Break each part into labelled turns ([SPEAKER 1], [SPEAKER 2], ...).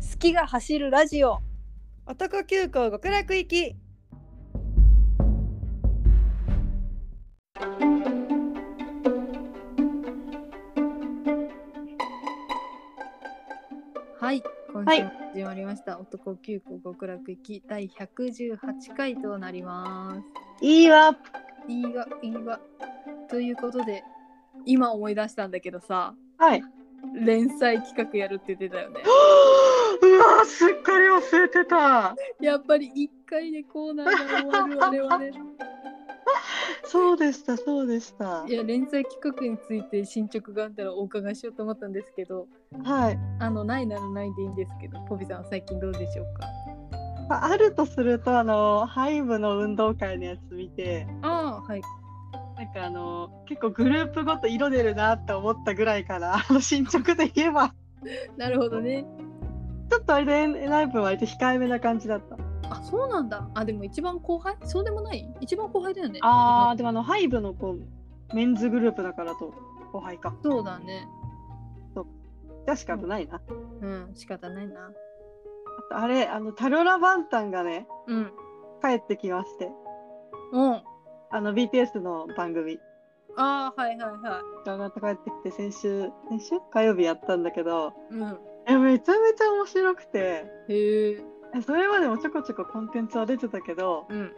[SPEAKER 1] 月が走るラジオ
[SPEAKER 2] 男急行極楽行き
[SPEAKER 1] はい今
[SPEAKER 2] は
[SPEAKER 1] 週も始
[SPEAKER 2] い
[SPEAKER 1] まりました、男急行極楽行き第118回となります
[SPEAKER 2] いいわ
[SPEAKER 1] いいわいいわということで今思い出したんだけどさ
[SPEAKER 2] はい
[SPEAKER 1] 連載企画やるって言ってたよね
[SPEAKER 2] うわすっかり忘れてた
[SPEAKER 1] やっぱり1回でコーナーが終わるあれはね
[SPEAKER 2] そうでしたそうでした
[SPEAKER 1] いや連載企画について進捗があったらお伺いしようと思ったんですけど
[SPEAKER 2] はい
[SPEAKER 1] あのないならないでいいんですけどポビさんは最近どうでしょうか
[SPEAKER 2] ああるとするとあのハイブの運動会のやつ見て
[SPEAKER 1] ああはい
[SPEAKER 2] なんかあの結構グループごと色出るなって思ったぐらいかなあの進捗で言えば
[SPEAKER 1] なるほどね
[SPEAKER 2] ちょっとあれでナイプ割と控えめな感じだった
[SPEAKER 1] あそうなんだあでも一番後輩そうでもない一番後輩だよね
[SPEAKER 2] あーでもあのハイブのこうメンズグループだからと後輩か
[SPEAKER 1] そうだね
[SPEAKER 2] じゃあ仕方ないな、
[SPEAKER 1] うん仕方ないな
[SPEAKER 2] あとあれあのタロラバンタンがね
[SPEAKER 1] うん
[SPEAKER 2] 帰ってきまして
[SPEAKER 1] うん
[SPEAKER 2] あの BTS の番組
[SPEAKER 1] ああはいはいは
[SPEAKER 2] がまた帰ってきて先週先週火曜日やったんだけど
[SPEAKER 1] いうん
[SPEAKER 2] えめちゃめちゃ面白くて
[SPEAKER 1] へえ
[SPEAKER 2] えそれまでもちょこちょこコンテンツは出てたけど
[SPEAKER 1] うん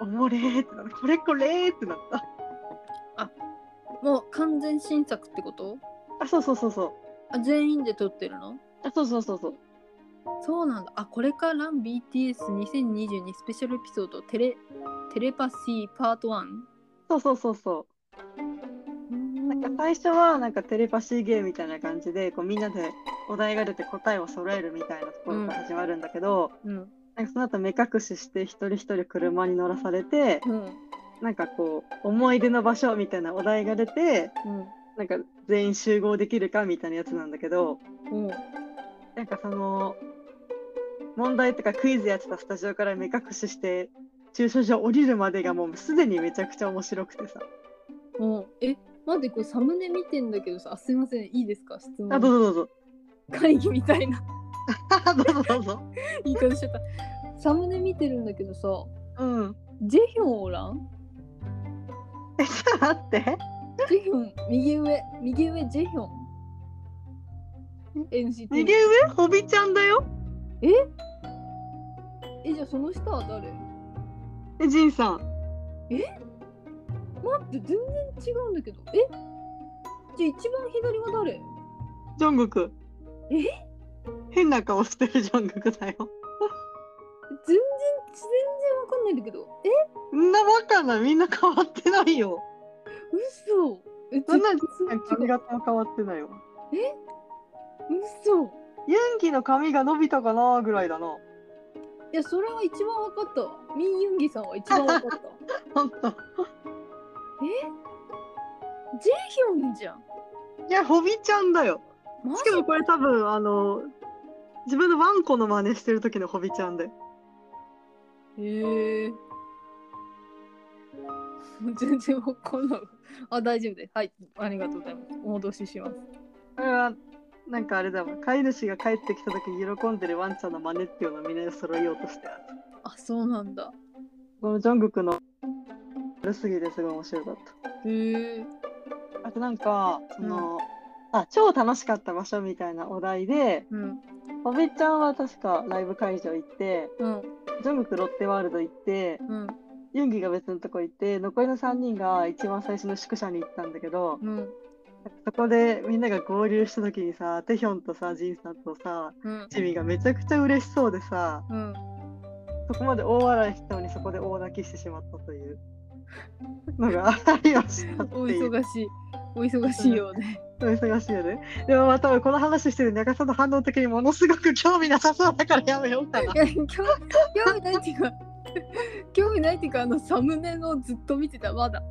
[SPEAKER 2] おもれーってなったこれこれーってなった
[SPEAKER 1] もう完全新作ってこと
[SPEAKER 2] あそうそうそうそう
[SPEAKER 1] あ全員で撮ってるの
[SPEAKER 2] あそうそうそうそう
[SPEAKER 1] そうなんだあこれから BTS2022 スペシャルエピソードテレテレパシーパート1
[SPEAKER 2] そうそうそうそうなんか最初はなんかテレパシーゲームみたいな感じでこうみんなでお題が出て答えを揃えるみたいなところから始まるんだけど、
[SPEAKER 1] うん
[SPEAKER 2] なんかその後目隠しして一人一人車に乗らされて
[SPEAKER 1] うん
[SPEAKER 2] なんかこう思い出の場所みたいなお題が出てなんか全員集合できるかみたいなやつなんだけど
[SPEAKER 1] うんうん
[SPEAKER 2] なんかその問題とかクイズやってたスタジオから目隠しして駐車場降りるまでがもうすでにめちゃくちゃ面白くてさ
[SPEAKER 1] うんえ待ってこれサムネ見てんだけどさあすいませんいいですか質問
[SPEAKER 2] あどうぞどうぞ
[SPEAKER 1] 会議みたいな
[SPEAKER 2] どうぞどうぞ
[SPEAKER 1] 言い方しちゃったサムネ見てるんだけどさ
[SPEAKER 2] うん
[SPEAKER 1] ジェヒョンおらん
[SPEAKER 2] えちょっと 待って
[SPEAKER 1] ジェヒョン右上右上ジェヒョン NCT
[SPEAKER 2] 右上ホビちゃんだよ
[SPEAKER 1] えじゃあその下は誰
[SPEAKER 2] えジンさん
[SPEAKER 1] 待って全然違うんだけどえじゃあ一番左は誰
[SPEAKER 2] ジョングク
[SPEAKER 1] え
[SPEAKER 2] 変な顔してるジョングクだよ
[SPEAKER 1] 全然全然わかんないんだけどえ
[SPEAKER 2] んなバカなみんな変わってないよ
[SPEAKER 1] 嘘え
[SPEAKER 2] そんな
[SPEAKER 1] 全然
[SPEAKER 2] 髪
[SPEAKER 1] 違う
[SPEAKER 2] 型も変わってないよ
[SPEAKER 1] 嘘
[SPEAKER 2] ユンギの髪が伸びたかなぐらいだない
[SPEAKER 1] やそれは一番わかったわミン・ユンギさんは一番わか ったわ
[SPEAKER 2] ほんと
[SPEAKER 1] ジェヒョンじゃん
[SPEAKER 2] いやホビちゃんだよ
[SPEAKER 1] マ
[SPEAKER 2] し
[SPEAKER 1] ジ
[SPEAKER 2] かもこれ多分あの自分のワンコの真似してる時のホビちゃんで
[SPEAKER 1] へえ。 全然わかんない。あ、大丈夫です。はい、ありがとうございます。お戻しします。
[SPEAKER 2] これはなんかあれだわ飼い主が帰ってきた時に喜んでるワンちゃんの真似っていうのをみんなで揃えようとしてある
[SPEAKER 1] あ、そうなんだ。
[SPEAKER 2] このジョングクの悪すぎですごい面白かっ
[SPEAKER 1] へえ。
[SPEAKER 2] たあとなんかその、あ超楽しかった場所みたいなお題で
[SPEAKER 1] うん。
[SPEAKER 2] ホビちゃんは確かライブ会場行って
[SPEAKER 1] うん。
[SPEAKER 2] ジョングクロッテワールド行って
[SPEAKER 1] うん。
[SPEAKER 2] ユンギが別のとこ行って残りの3人が一番最初の宿舎に行ったんだけど、
[SPEAKER 1] うん。
[SPEAKER 2] そこでみんなが合流した時にさテヒョンとさジンさんとさ
[SPEAKER 1] うん。
[SPEAKER 2] ジミがめちゃくちゃ嬉しそうでさ
[SPEAKER 1] うん。
[SPEAKER 2] そこまで大笑いしたのにそこで大泣きしてしまったというのがありましたって
[SPEAKER 1] お
[SPEAKER 2] いう
[SPEAKER 1] 忙しい。お忙しいようで。
[SPEAKER 2] お忙しいよねでもまあ多分この話してる中さんの反応的にものすごく興味なさそうだからやめよう かない
[SPEAKER 1] や、興興味ないっていうか。 興味ないっていうか、あのサムネのずっと見てた、まだ。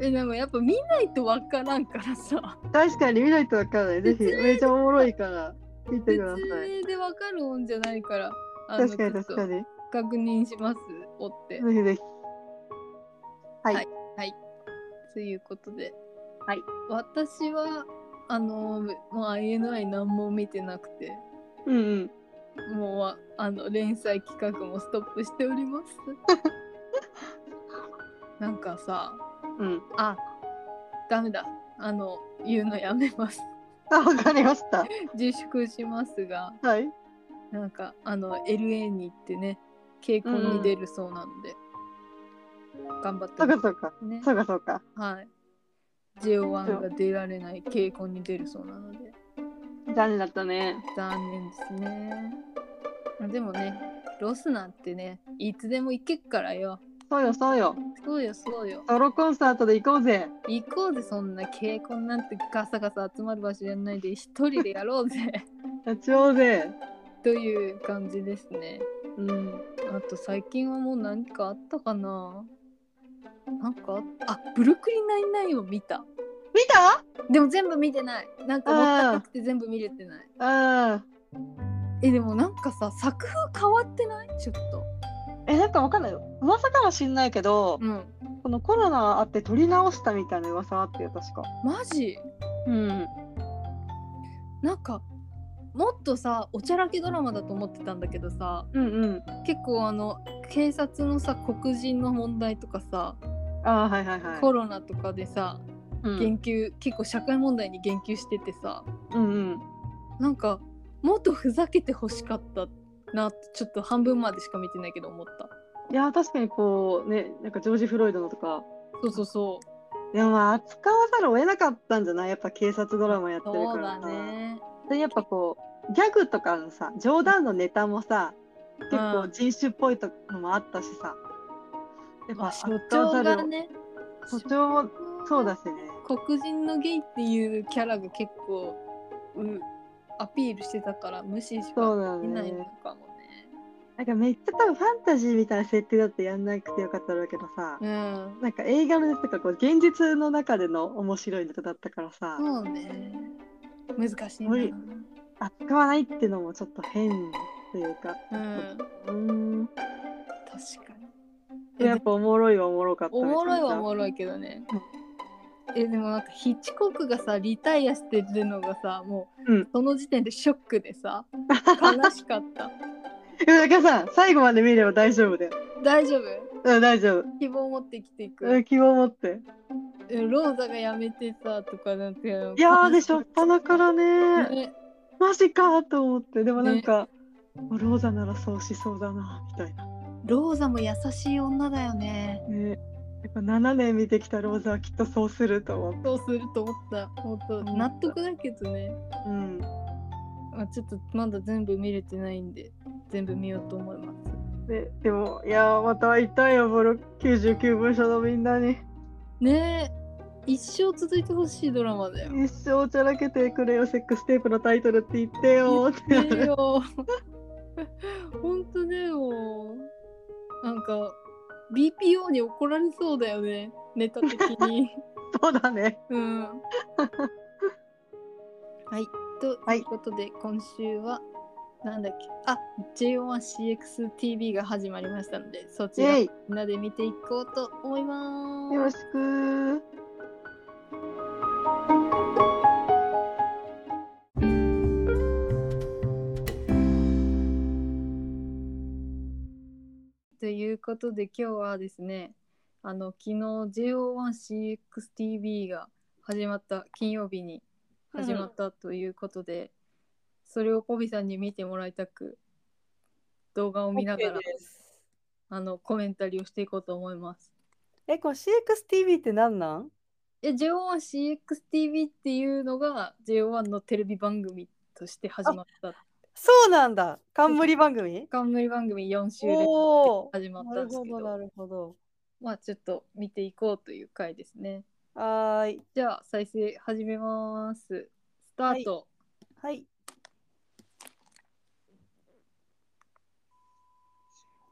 [SPEAKER 1] え、でもやっぱ見ないとわからんからさ。
[SPEAKER 2] 確かに見ないとわからないぜひめっちゃおもろいから見て
[SPEAKER 1] 説
[SPEAKER 2] ください
[SPEAKER 1] 明でわかるもんじゃないから。あの
[SPEAKER 2] 確かに
[SPEAKER 1] ちょっと
[SPEAKER 2] 確かに
[SPEAKER 1] 確認しますおって
[SPEAKER 2] ぜひぜひ
[SPEAKER 1] ということで、
[SPEAKER 2] はい、
[SPEAKER 1] 私はあのーもう INI 何も見てなくて
[SPEAKER 2] うんうん。
[SPEAKER 1] もうああの連載企画もストップしており ますなんかさ
[SPEAKER 2] うん。
[SPEAKER 1] あダメだあの言うのやめます
[SPEAKER 2] あ、わかりました。
[SPEAKER 1] 自粛しますが
[SPEAKER 2] はい。
[SPEAKER 1] なんかあの LA に行ってね稽古に出るそうなので、頑張って
[SPEAKER 2] そう
[SPEAKER 1] ほし
[SPEAKER 2] かそうか。
[SPEAKER 1] いね
[SPEAKER 2] そうかそうか。
[SPEAKER 1] はい JO1 が出られない稽古に出るそうなので
[SPEAKER 2] 残念だったね。
[SPEAKER 1] 残念ですねでもねロスなんてねいつでも行けっからよ
[SPEAKER 2] そうよそうよ。
[SPEAKER 1] そうよそうよ
[SPEAKER 2] ソロコンサートで行こうぜ。
[SPEAKER 1] 行こうぜそんな稽古なんてガサガサ集まる場所じゃないで一人でやろうぜ
[SPEAKER 2] やっちゃおうぜ。
[SPEAKER 1] という感じですね
[SPEAKER 2] うん。
[SPEAKER 1] あと最近はもう何かあったかななんかあったあブルックリンナインナインを見た
[SPEAKER 2] 見た
[SPEAKER 1] でも全部見てないなんかもったいなくて全部見れてない
[SPEAKER 2] ああ。
[SPEAKER 1] えでもなんかさ作風変わってないちょっと
[SPEAKER 2] え、なんかわかんない。噂かもしんないけど、
[SPEAKER 1] うん
[SPEAKER 2] このコロナあって撮り直したみたいな噂あってよ、確か。
[SPEAKER 1] マジ
[SPEAKER 2] うん。
[SPEAKER 1] なんかもっとさおちゃらけドラマだと思ってたんだけどさ
[SPEAKER 2] うんうん。
[SPEAKER 1] 結構あの警察のさ黒人の問題とかさ、
[SPEAKER 2] ああ、はいはいはい。
[SPEAKER 1] コロナとかでさ
[SPEAKER 2] うん
[SPEAKER 1] 言及、結構社会問題に言及しててさ
[SPEAKER 2] うんうん。
[SPEAKER 1] なんかもっとふざけてほしかったなってちょっと半分までしか見てないけど思った
[SPEAKER 2] いやー、確かにこう、ね、なんかジョージ・フロイドのとか。
[SPEAKER 1] そうそうそ
[SPEAKER 2] でもまあ扱わざるを得なかったんじゃないやっぱ警察ドラマやっ
[SPEAKER 1] う
[SPEAKER 2] てる
[SPEAKER 1] そ
[SPEAKER 2] か
[SPEAKER 1] う
[SPEAKER 2] ら
[SPEAKER 1] だ
[SPEAKER 2] さ。
[SPEAKER 1] ね
[SPEAKER 2] でやっぱこうギャグとかのさ冗談のネタもさ結構人種っぽいとのもあったしさ、やっ
[SPEAKER 1] ま
[SPEAKER 2] ぱ
[SPEAKER 1] あ所
[SPEAKER 2] 扱わ
[SPEAKER 1] 長
[SPEAKER 2] ざ
[SPEAKER 1] が
[SPEAKER 2] るを
[SPEAKER 1] ね
[SPEAKER 2] 所長もそうだしね
[SPEAKER 1] 黒人のゲイっていうキャラが結構うアピールしてたから無視し
[SPEAKER 2] そう
[SPEAKER 1] か
[SPEAKER 2] だよ
[SPEAKER 1] できない
[SPEAKER 2] ね
[SPEAKER 1] のかもね。
[SPEAKER 2] なんかめっちゃ多分ファンタジーみたいな設定だってやんなくてよかっただろうけどさ、
[SPEAKER 1] うん。
[SPEAKER 2] なんか映画のやつとかこう現実の中での面白いネタだったからさ、
[SPEAKER 1] そうね。難しいな。
[SPEAKER 2] 無
[SPEAKER 1] う
[SPEAKER 2] 理扱わないっていうのもちょっと変というか
[SPEAKER 1] ん。
[SPEAKER 2] うーん
[SPEAKER 1] 確かに。え
[SPEAKER 2] やっぱおもろいはおもろかった
[SPEAKER 1] おもろいはお
[SPEAKER 2] ろ
[SPEAKER 1] もろいけどね。えでもなんかヒッチコックがさリタイアしてるのがさもう、
[SPEAKER 2] うん
[SPEAKER 1] その時点でショックで さ悲しかった
[SPEAKER 2] いだからさ最後まで見れば大丈夫だよ
[SPEAKER 1] 大丈夫
[SPEAKER 2] うん大丈夫
[SPEAKER 1] 希望を持って生きていく、
[SPEAKER 2] うん希望を持って
[SPEAKER 1] えローザがやめてさとかなんていうの
[SPEAKER 2] いやーでしょっぱなからね
[SPEAKER 1] ね
[SPEAKER 2] マジかと思ってでもなんか、ローザならそうしそうだなみたいな
[SPEAKER 1] ローザも優しい女だよね。
[SPEAKER 2] ねやっぱ7年見てきたローザはきっとそうすると思っ
[SPEAKER 1] そうすると思った。本当
[SPEAKER 2] 思った
[SPEAKER 1] 納得だけどね。
[SPEAKER 2] たうん
[SPEAKER 1] まあ、ちょっとまだ全部見れてないんで、全部見ようと思います。
[SPEAKER 2] ででもいやーまた会いたいよボロ99分所のみんなに
[SPEAKER 1] ねえ、一生続いてほしいドラマだよ。
[SPEAKER 2] 一生おちゃらけてくれよセックステープのタイトルって言ってよーって
[SPEAKER 1] ねえよ。 本当だよ。なんか、BPO に怒られそうだよね。ネタ的に。
[SPEAKER 2] そうだね
[SPEAKER 1] うん。はい。と
[SPEAKER 2] はいいう
[SPEAKER 1] ことで、今週は、なんだっけ、あ J1CXTV が始まりましたので、そち
[SPEAKER 2] イ
[SPEAKER 1] ら
[SPEAKER 2] ェ
[SPEAKER 1] み
[SPEAKER 2] イ
[SPEAKER 1] んなで見ていこうと思います。
[SPEAKER 2] よろしくー
[SPEAKER 1] ということで、今日はですね、あの昨日 JO1CXTV が始まった金曜日に始まったということで、それをコビさんに見てもらいたく動画を見ながら、
[SPEAKER 3] です
[SPEAKER 1] あのコメンタリーをしていこうと思います。
[SPEAKER 3] え、この CXTV って何なん
[SPEAKER 1] え JO1CXTV っていうのが JO1 のテレビ番組として始まった
[SPEAKER 3] そうなんだ。冠番組
[SPEAKER 1] 冠番組4週連
[SPEAKER 3] お
[SPEAKER 1] 続
[SPEAKER 3] ー
[SPEAKER 1] で始まっ
[SPEAKER 3] な
[SPEAKER 1] たん
[SPEAKER 3] る
[SPEAKER 1] です
[SPEAKER 3] ほ
[SPEAKER 1] け
[SPEAKER 3] ど、
[SPEAKER 1] ど
[SPEAKER 3] なるほど。
[SPEAKER 1] まあちょっと見ていこうという回ですね
[SPEAKER 3] はーい。
[SPEAKER 1] じゃあ再生始めますスタート、
[SPEAKER 3] はい。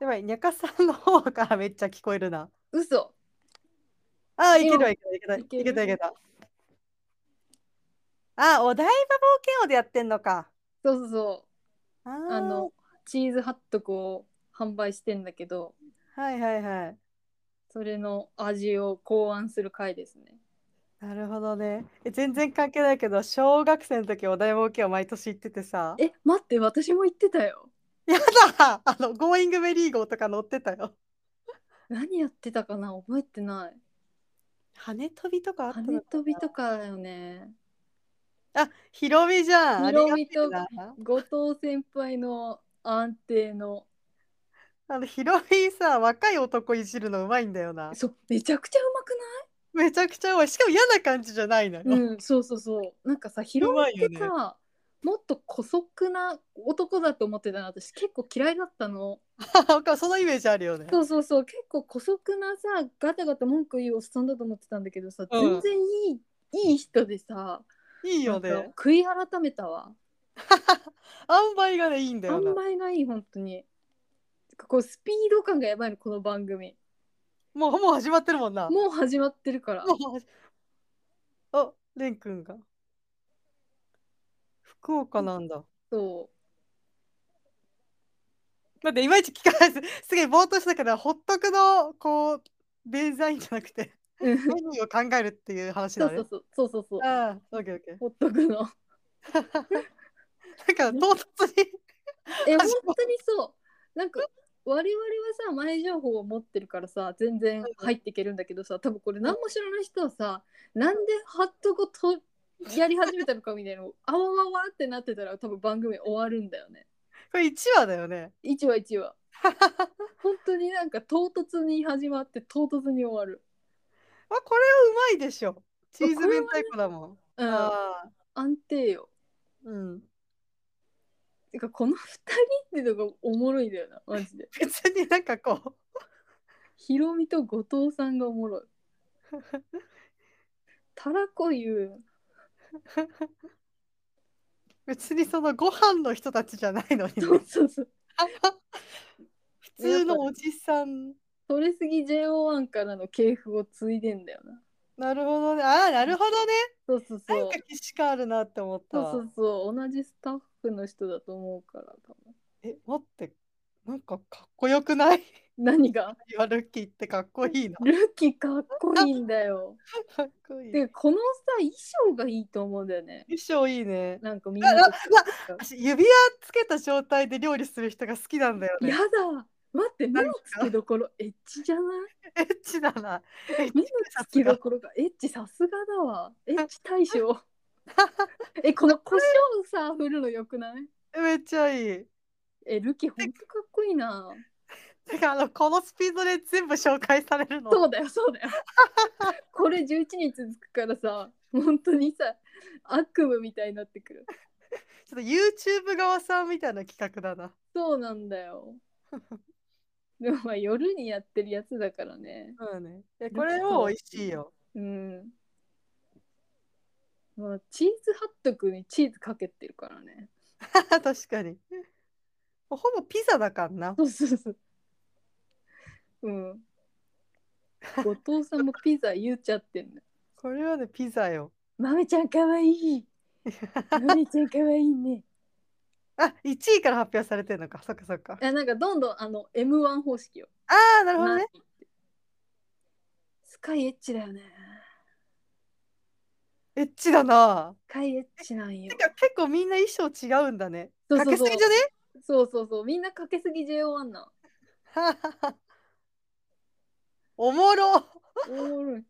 [SPEAKER 3] やばい、にゃかさんの方からめっちゃ聞こえるな。
[SPEAKER 1] 嘘
[SPEAKER 3] あー、いけ
[SPEAKER 1] で
[SPEAKER 3] る
[SPEAKER 1] も
[SPEAKER 3] わ、いけた、い
[SPEAKER 1] いける
[SPEAKER 3] けた、いけた、いけた。あー、お台場冒険王でやってんのか。
[SPEAKER 1] そうそうそ
[SPEAKER 3] あ
[SPEAKER 1] う
[SPEAKER 3] ー
[SPEAKER 1] あの、チーズハットクを販売してんだけど
[SPEAKER 3] はいはいはい。
[SPEAKER 1] それの味を考案する回ですね
[SPEAKER 2] なるほどね。え全然関係ないけど、小学生の時お台場沖を毎年行っててさ。
[SPEAKER 1] え待って私も言ってたよ
[SPEAKER 2] やだあの、ゴーイングメリーゴーとか乗ってたよ。
[SPEAKER 1] 何やってたかな覚えてない
[SPEAKER 2] 羽飛びとかあった
[SPEAKER 1] 羽
[SPEAKER 2] の
[SPEAKER 1] 飛びとかだよね
[SPEAKER 2] あ、ヒロミじゃん。ありが
[SPEAKER 1] ヒロミと
[SPEAKER 2] てえな
[SPEAKER 1] 後藤先輩の安定の
[SPEAKER 2] あの、ヒロミさ、若い男いじるのうまいんだよな。
[SPEAKER 1] そうめちゃくちゃうまく
[SPEAKER 2] めちゃくちゃうまい。しかも嫌な感じじゃないのよ。
[SPEAKER 1] ないうんそうそうそうなんかさヒロミっ
[SPEAKER 2] う
[SPEAKER 1] て
[SPEAKER 2] まい
[SPEAKER 1] さ、
[SPEAKER 2] よ
[SPEAKER 1] もっと姑息な男だと思ってたの私結構嫌いだったの
[SPEAKER 2] なんかそのイメージあるよね。
[SPEAKER 1] そうそうそう結構姑息なさガタガタ文句言うおっさんだと思ってたんだけどさ、
[SPEAKER 2] う
[SPEAKER 1] 全
[SPEAKER 2] ん
[SPEAKER 1] 然いいいい人でさ
[SPEAKER 2] いいよ
[SPEAKER 1] なんか
[SPEAKER 2] ね。
[SPEAKER 1] 悔い改めたわ
[SPEAKER 2] 塩梅がね、いいんだ
[SPEAKER 1] あ
[SPEAKER 2] よ
[SPEAKER 1] ん
[SPEAKER 2] な。
[SPEAKER 1] まりない本当にこうスピード感がやばいのこの番組
[SPEAKER 2] もう、もう始まってるもんな。
[SPEAKER 1] もう始まってるから
[SPEAKER 2] もうあ、レン君が。福岡なんだ。
[SPEAKER 1] そ
[SPEAKER 2] 待って、いまいち聞かないです。すげえぼーっとしたけど、ほっとくの、こう、デザインじゃなくて、
[SPEAKER 1] ううん
[SPEAKER 2] メニューを考えるっていう話
[SPEAKER 1] そ
[SPEAKER 2] だ
[SPEAKER 1] うそ
[SPEAKER 2] ね。
[SPEAKER 1] うそうそうそうそう
[SPEAKER 2] ああ、オッケーオッケー。
[SPEAKER 1] ほっとくの
[SPEAKER 2] なんか、唐突に。
[SPEAKER 1] え
[SPEAKER 2] マ
[SPEAKER 1] 本
[SPEAKER 2] ジ
[SPEAKER 1] 当にそうなんか我々はさ前情報を持ってるからさ全然入っていけるんだけどさ多分これ何も知らない人はさなんでハット語とやり始めたのかみたいなのあわわわってなってたら多分番組終わるんだよね
[SPEAKER 2] これ1話だよね。
[SPEAKER 1] 一話一話 本当になんか唐突に始まって唐突に終わる
[SPEAKER 2] あ、これはうまいでしょ。チーズ明太子だもん。
[SPEAKER 1] うん
[SPEAKER 2] ああ、
[SPEAKER 1] 安定よ
[SPEAKER 2] うん。
[SPEAKER 1] てかこの2人ってのがおもろいんだよなマジで
[SPEAKER 2] 別になんかこう。
[SPEAKER 1] ヒロミと後藤さんがおも ろいたらこ言う
[SPEAKER 2] 別にそのご飯の人たちじゃないのにね、
[SPEAKER 1] そうそうそう
[SPEAKER 2] 普通のおじさん。
[SPEAKER 1] それすぎ JO1 からの系譜を継いでんだよな
[SPEAKER 2] なるほどね。ああ、なるほどね。
[SPEAKER 1] そうそうそ
[SPEAKER 2] な
[SPEAKER 1] うん
[SPEAKER 2] か既視感あるなって思った
[SPEAKER 1] そう
[SPEAKER 2] わ。
[SPEAKER 1] そうそう同じスタッフの人だと思うから多分
[SPEAKER 2] え、待って、なんかかっこよくない
[SPEAKER 1] 何が
[SPEAKER 2] 今ルッキーってかっこいいな。
[SPEAKER 1] ルッキーかっこいいんだよ
[SPEAKER 2] かっこいい。
[SPEAKER 1] でこのさ衣装がいいと思うんだよね
[SPEAKER 2] 衣装いいね。
[SPEAKER 1] なんかみんなと
[SPEAKER 2] 私、指輪つけた状態で料理する人が好きなんだよね。
[SPEAKER 1] やだ待って目の付けどころエッチじゃない
[SPEAKER 2] エッチだな。エッチ
[SPEAKER 1] 目の
[SPEAKER 2] さ
[SPEAKER 1] 付
[SPEAKER 2] す
[SPEAKER 1] けど
[SPEAKER 2] が。
[SPEAKER 1] ころがエッチさすがだわエッチ大賞えこの胡椒さ振るのよくない
[SPEAKER 2] めっちゃいい。
[SPEAKER 1] えルキほんとかっこいいな
[SPEAKER 2] てか、あの、このスピードで全部紹介されるの。
[SPEAKER 1] そうだよそうだよこれ11日続くからさ本当にさ悪夢みたいになってくる
[SPEAKER 2] ちょっと YouTube 側さんみたいな企画だな。
[SPEAKER 1] そうなんだよでもまあ夜にやってるやつだからね
[SPEAKER 2] そうね。え、これも美味しいよ。
[SPEAKER 1] うんまあチーズハットくにチーズかけてるからね
[SPEAKER 2] 確かに。ほぼピザだからな。
[SPEAKER 1] そうそうそううん後藤さんもピザ言っちゃってんの
[SPEAKER 2] これはね、ピザよ。
[SPEAKER 1] 豆ちゃんかわいい豆ちゃんかわいいね
[SPEAKER 2] あ、1位から発表されてるのか。そっかそっか。
[SPEAKER 1] あなんかどんどんあの M1 方式を
[SPEAKER 2] ああ、なるほどね。
[SPEAKER 1] スカイエッチだよね
[SPEAKER 2] エッチだな。
[SPEAKER 1] スカイエッチなんよ
[SPEAKER 2] てか結構みんな衣装違うんだね。
[SPEAKER 1] そう
[SPEAKER 2] か
[SPEAKER 1] そう
[SPEAKER 2] け
[SPEAKER 1] そ
[SPEAKER 2] す
[SPEAKER 1] う
[SPEAKER 2] ぎじゃね
[SPEAKER 1] そうそうそうみんなかけすぎ JO1 な
[SPEAKER 2] おもろ。
[SPEAKER 1] おもろい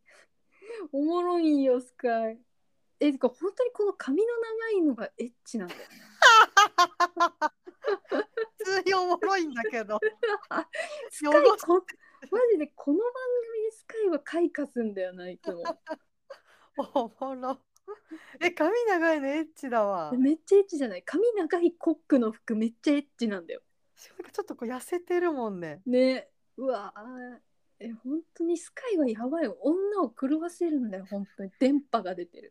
[SPEAKER 1] おもろいんよスカイえてか本当にこの髪の長いのがエッチ なんだよね
[SPEAKER 2] 普通におもろいんだけど。
[SPEAKER 1] スカイこマジでこの番組でスカイは開花すんだよない つも
[SPEAKER 2] おもろ。え、髪長いのエッチだわ。
[SPEAKER 1] めっちゃエッチじゃない髪長いコックの服めっちゃエッチなんだよ
[SPEAKER 2] しかもなんかちょっとこう痩せてるもんね。
[SPEAKER 1] ねうわーえ本当にスカイはやばいよ女を狂わせるんだよ本当に電波が出てる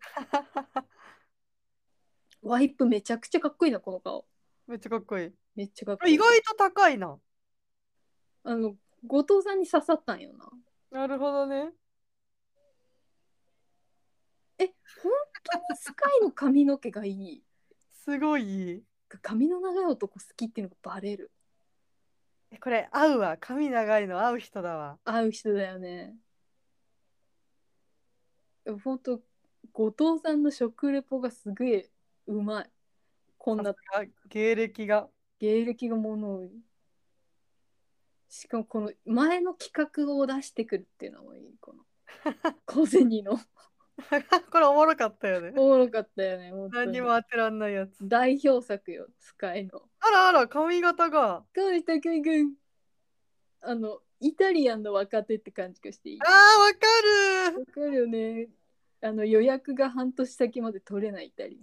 [SPEAKER 1] ワイプめちゃくちゃかっこいいなこの顔
[SPEAKER 2] めっちゃかっこいい。
[SPEAKER 1] めっちゃかっこいい
[SPEAKER 2] 意外と高いな。
[SPEAKER 1] あの後藤さんに刺さったんよな
[SPEAKER 2] なるほどね。
[SPEAKER 1] 本当にスカイの髪の毛がいい
[SPEAKER 2] すごいいい。
[SPEAKER 1] 髪の長い男好きっていうのがバレる
[SPEAKER 2] えこれ合うわ。髪長いの合う人だわ。
[SPEAKER 1] 合う人だよね本当後藤さんの食レポがすげえうまいこんな
[SPEAKER 2] さすが芸歴が。
[SPEAKER 1] 芸歴がものをしかもこの前の企画を出してくるっていうのもいいこの 小銭の
[SPEAKER 2] これおもろかったよね。
[SPEAKER 1] おもろかったよね本当に
[SPEAKER 2] 何も当てらんないやつ。
[SPEAKER 1] 代表作よスカイの
[SPEAKER 2] あらあら、髪型が。
[SPEAKER 1] 川下君君あのイタリアンの若手って感じがしていい
[SPEAKER 2] あ
[SPEAKER 1] わ
[SPEAKER 2] あ、わかる
[SPEAKER 1] かるよねあの予約が半年先まで取れないイタリ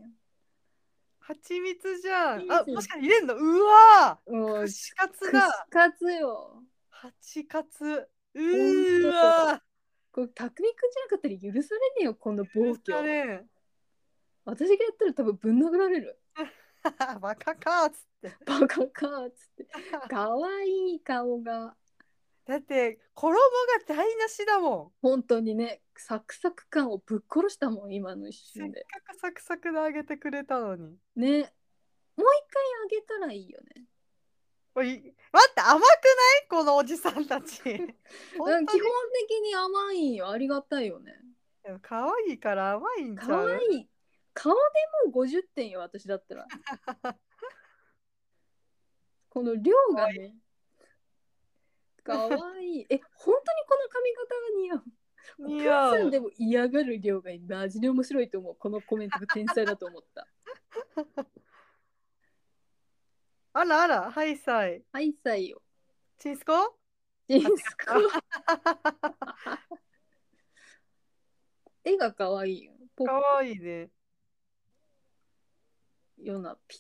[SPEAKER 2] 蜂蜜じゃん。
[SPEAKER 1] 蜂
[SPEAKER 2] あ、
[SPEAKER 1] 蜜
[SPEAKER 2] 確かに入れんのう
[SPEAKER 1] ア
[SPEAKER 2] わ
[SPEAKER 1] ンも
[SPEAKER 2] ー
[SPEAKER 1] う
[SPEAKER 2] 串カツ
[SPEAKER 1] 串
[SPEAKER 2] だ
[SPEAKER 1] カツよ
[SPEAKER 2] 蜂カツうーわ
[SPEAKER 1] これ匠くんじゃなかったら許されねえよこの
[SPEAKER 2] ー
[SPEAKER 1] 暴
[SPEAKER 2] だ
[SPEAKER 1] 挙
[SPEAKER 2] ね
[SPEAKER 1] 私がやったら多分ぶん殴られる
[SPEAKER 2] バカかーっつって。
[SPEAKER 1] バカかーっつって可愛い顔が
[SPEAKER 2] だって、衣が台無しだも
[SPEAKER 1] 本当にねサクサク感をぶっ殺したもん今の一
[SPEAKER 2] ん。せっ
[SPEAKER 1] 瞬で
[SPEAKER 2] かくサクサクで揚げてくれたのに。
[SPEAKER 1] ねもう一回あげたらいいよね
[SPEAKER 2] おい待って、甘くないこのおじさんたち。
[SPEAKER 1] う
[SPEAKER 2] 本
[SPEAKER 1] ん基本
[SPEAKER 2] 当に
[SPEAKER 1] 的に甘いよありがたいよね
[SPEAKER 2] でも可愛いから甘いんちゃ
[SPEAKER 1] 可
[SPEAKER 2] う
[SPEAKER 1] 愛い顔でもう50点よ私だったらこの量がね可愛いえ本当にこの髪型が似合うお
[SPEAKER 2] 似合
[SPEAKER 1] 母さん
[SPEAKER 2] う。
[SPEAKER 1] でも嫌がる量がマジで面白いと思うこのコメントが天才だと思った
[SPEAKER 2] あらあら、はいさい。
[SPEAKER 1] はいさいよ
[SPEAKER 2] チンスコ
[SPEAKER 1] ジンスコ 絵が可愛いよポッ
[SPEAKER 2] かわいいね。
[SPEAKER 1] ヨナピ